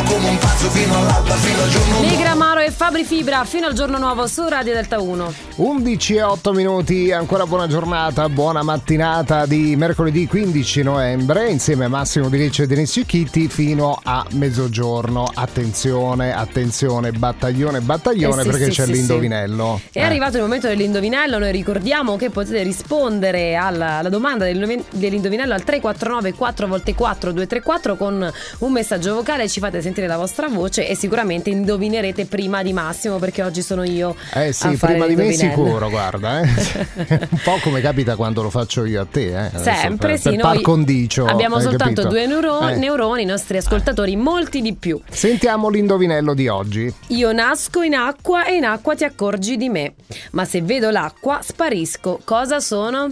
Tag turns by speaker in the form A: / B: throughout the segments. A: pezzo fino all'alba, fino al giorno
B: Negramaro e Fabri Fibra fino al giorno nuovo su Radio Delta 1.
C: 11 e 8 minuti, ancora buona giornata, buona mattinata di mercoledì 15 novembre insieme a Massimo Di Lecce e Denis Cicchitti fino a mezzogiorno. Attenzione, attenzione, battaglione, battaglione
B: Eh sì,
C: perché
B: sì,
C: c'è
B: sì,
C: l'indovinello.
B: È
C: Eh.
B: arrivato il momento dell'indovinello, noi ricordiamo che potete rispondere alla, alla domanda del- dell'indovinello al 349 4 volte 4 234 con un messaggio vocale, ci fate sentire la vostra voce e sicuramente indovinerete prima di Massimo perché oggi sono io.
C: Eh sì,
B: a fare
C: prima di me
B: l'indovinello.
C: sicuro, guarda. eh. un po' come capita quando lo faccio io a te. Eh. Adesso
B: Sempre
C: per,
B: sì,
C: per
B: noi
C: par condicio.
B: abbiamo
C: hai
B: soltanto
C: capito?
B: due neuro-
C: Eh.
B: neuroni, i nostri ascoltatori molti di più.
C: Sentiamo l'indovinello di oggi.
B: Io nasco in acqua e in acqua ti accorgi di me, ma se vedo l'acqua sparisco. Cosa sono?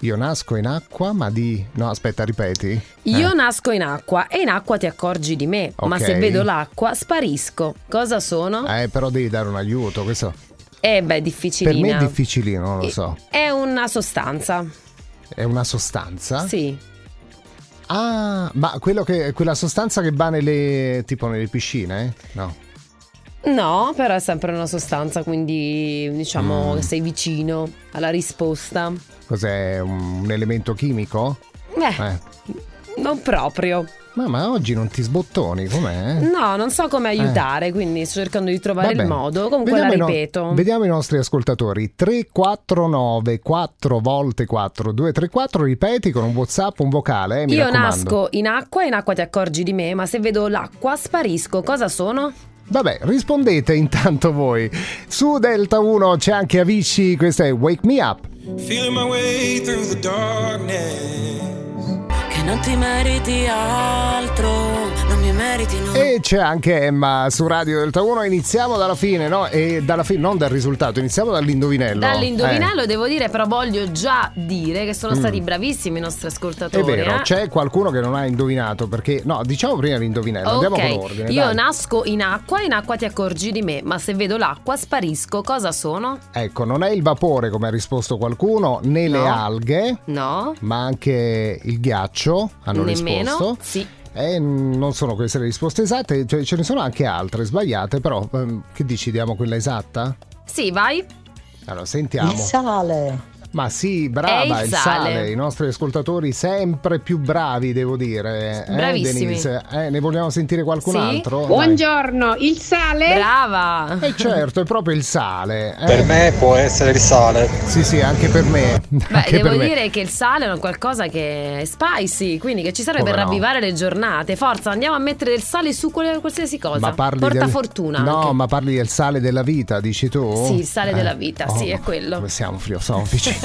C: Io nasco in acqua, ma di. No, aspetta, ripeti.
B: Io
C: Eh.
B: nasco in acqua e in acqua ti accorgi di me, ma
C: Ok.
B: se vedo l'acqua sparisco. Cosa sono?
C: Eh, però devi dare un aiuto. Questo
B: Eh beh,
C: per me
B: difficilina.
C: è difficilino, non lo so.
B: È una sostanza.
C: È una sostanza.
B: Sì.
C: Ah, ma quello che, quella sostanza che va nelle. tipo nelle piscine? No.
B: No, però è sempre una sostanza, quindi diciamo
C: Mm.
B: che sei vicino alla risposta.
C: Cos'è? Un, un elemento chimico?
B: Beh,
C: Eh.
B: non proprio.
C: Ma, ma oggi non ti sbottoni, com'è?
B: No, non so come aiutare, quindi sto cercando di trovare
C: Eh. Vabbè.
B: il modo. Comunque
C: Vediamo i
B: la
C: no-
B: ripeto.
C: vediamo i nostri ascoltatori. 349 4 volte 4 2 3 4 ripeti con un WhatsApp, un vocale, eh, mi
B: Io
C: raccomando.
B: nasco in acqua e in acqua ti accorgi di me, ma se vedo l'acqua sparisco. Cosa sono?
C: Vabbè, rispondete intanto voi. Su Delta 1 c'è anche Avicii, questa è Wake Me Up.
D: Feeling my way through the darkness.
E: Che non ti meriti altro, non mi meriti no.
C: E c'è anche Emma su Radio Delta 1. Iniziamo dalla fine, no? E dalla fine, non dal risultato, iniziamo dall'indovinello.
B: Dall'indovinello
C: Eh.
B: devo dire, però voglio già dire che sono stati bravissimi i nostri
C: Eh, Mm. È
B: ascoltatori.
C: vero,
B: eh.
C: c'è qualcuno che non ha indovinato perché no, diciamo prima l'indovinello, andiamo
B: Ok.
C: con ordine.
B: Io
C: dai.
B: nasco in acqua e in acqua ti accorgi di me, ma se vedo l'acqua sparisco. Cosa sono?
C: Ecco, non è il vapore come ha risposto qualcuno, né le
B: No. Mm.
C: alghe,
B: No,
C: ma anche il ghiaccio hanno
B: nemmeno.
C: risposto.
B: Sì.
C: Eh, non sono queste le risposte esatte, cioè, ce ne sono anche altre sbagliate, però ehm, che dici, diamo quella esatta?
B: Sì, vai.
C: Allora, sentiamo.
F: Il sale.
C: Ma sì,
B: È
C: brava,
B: il
C: il, sale.
B: sale.
C: i nostri ascoltatori sempre più bravi, devo dire. Eh,
B: Bravissimi.
C: Denise? Eh, ne vogliamo sentire qualcun
B: Sì?
C: altro? Dai.
G: Buongiorno, il sale?
B: Brava.
C: Eh certo, è proprio il sale. eh.
H: Per me può essere il sale.
C: Sì, sì, anche per me.
B: Beh,
C: Anche
B: devo
C: per me.
B: dire che il sale è un qualcosa che è spicy, quindi che ci serve
C: Come
B: per
C: no?
B: ravvivare le giornate. Forza, andiamo a mettere del sale su qual- qualsiasi cosa.
C: Ma parli
B: Porta
C: del-
B: fortuna.
C: No,
B: anche.
C: ma parli del sale della vita, dici tu? Eh. Oh,
B: Sì, il sale della vita, sì, è quello.
C: come siamo filosofici.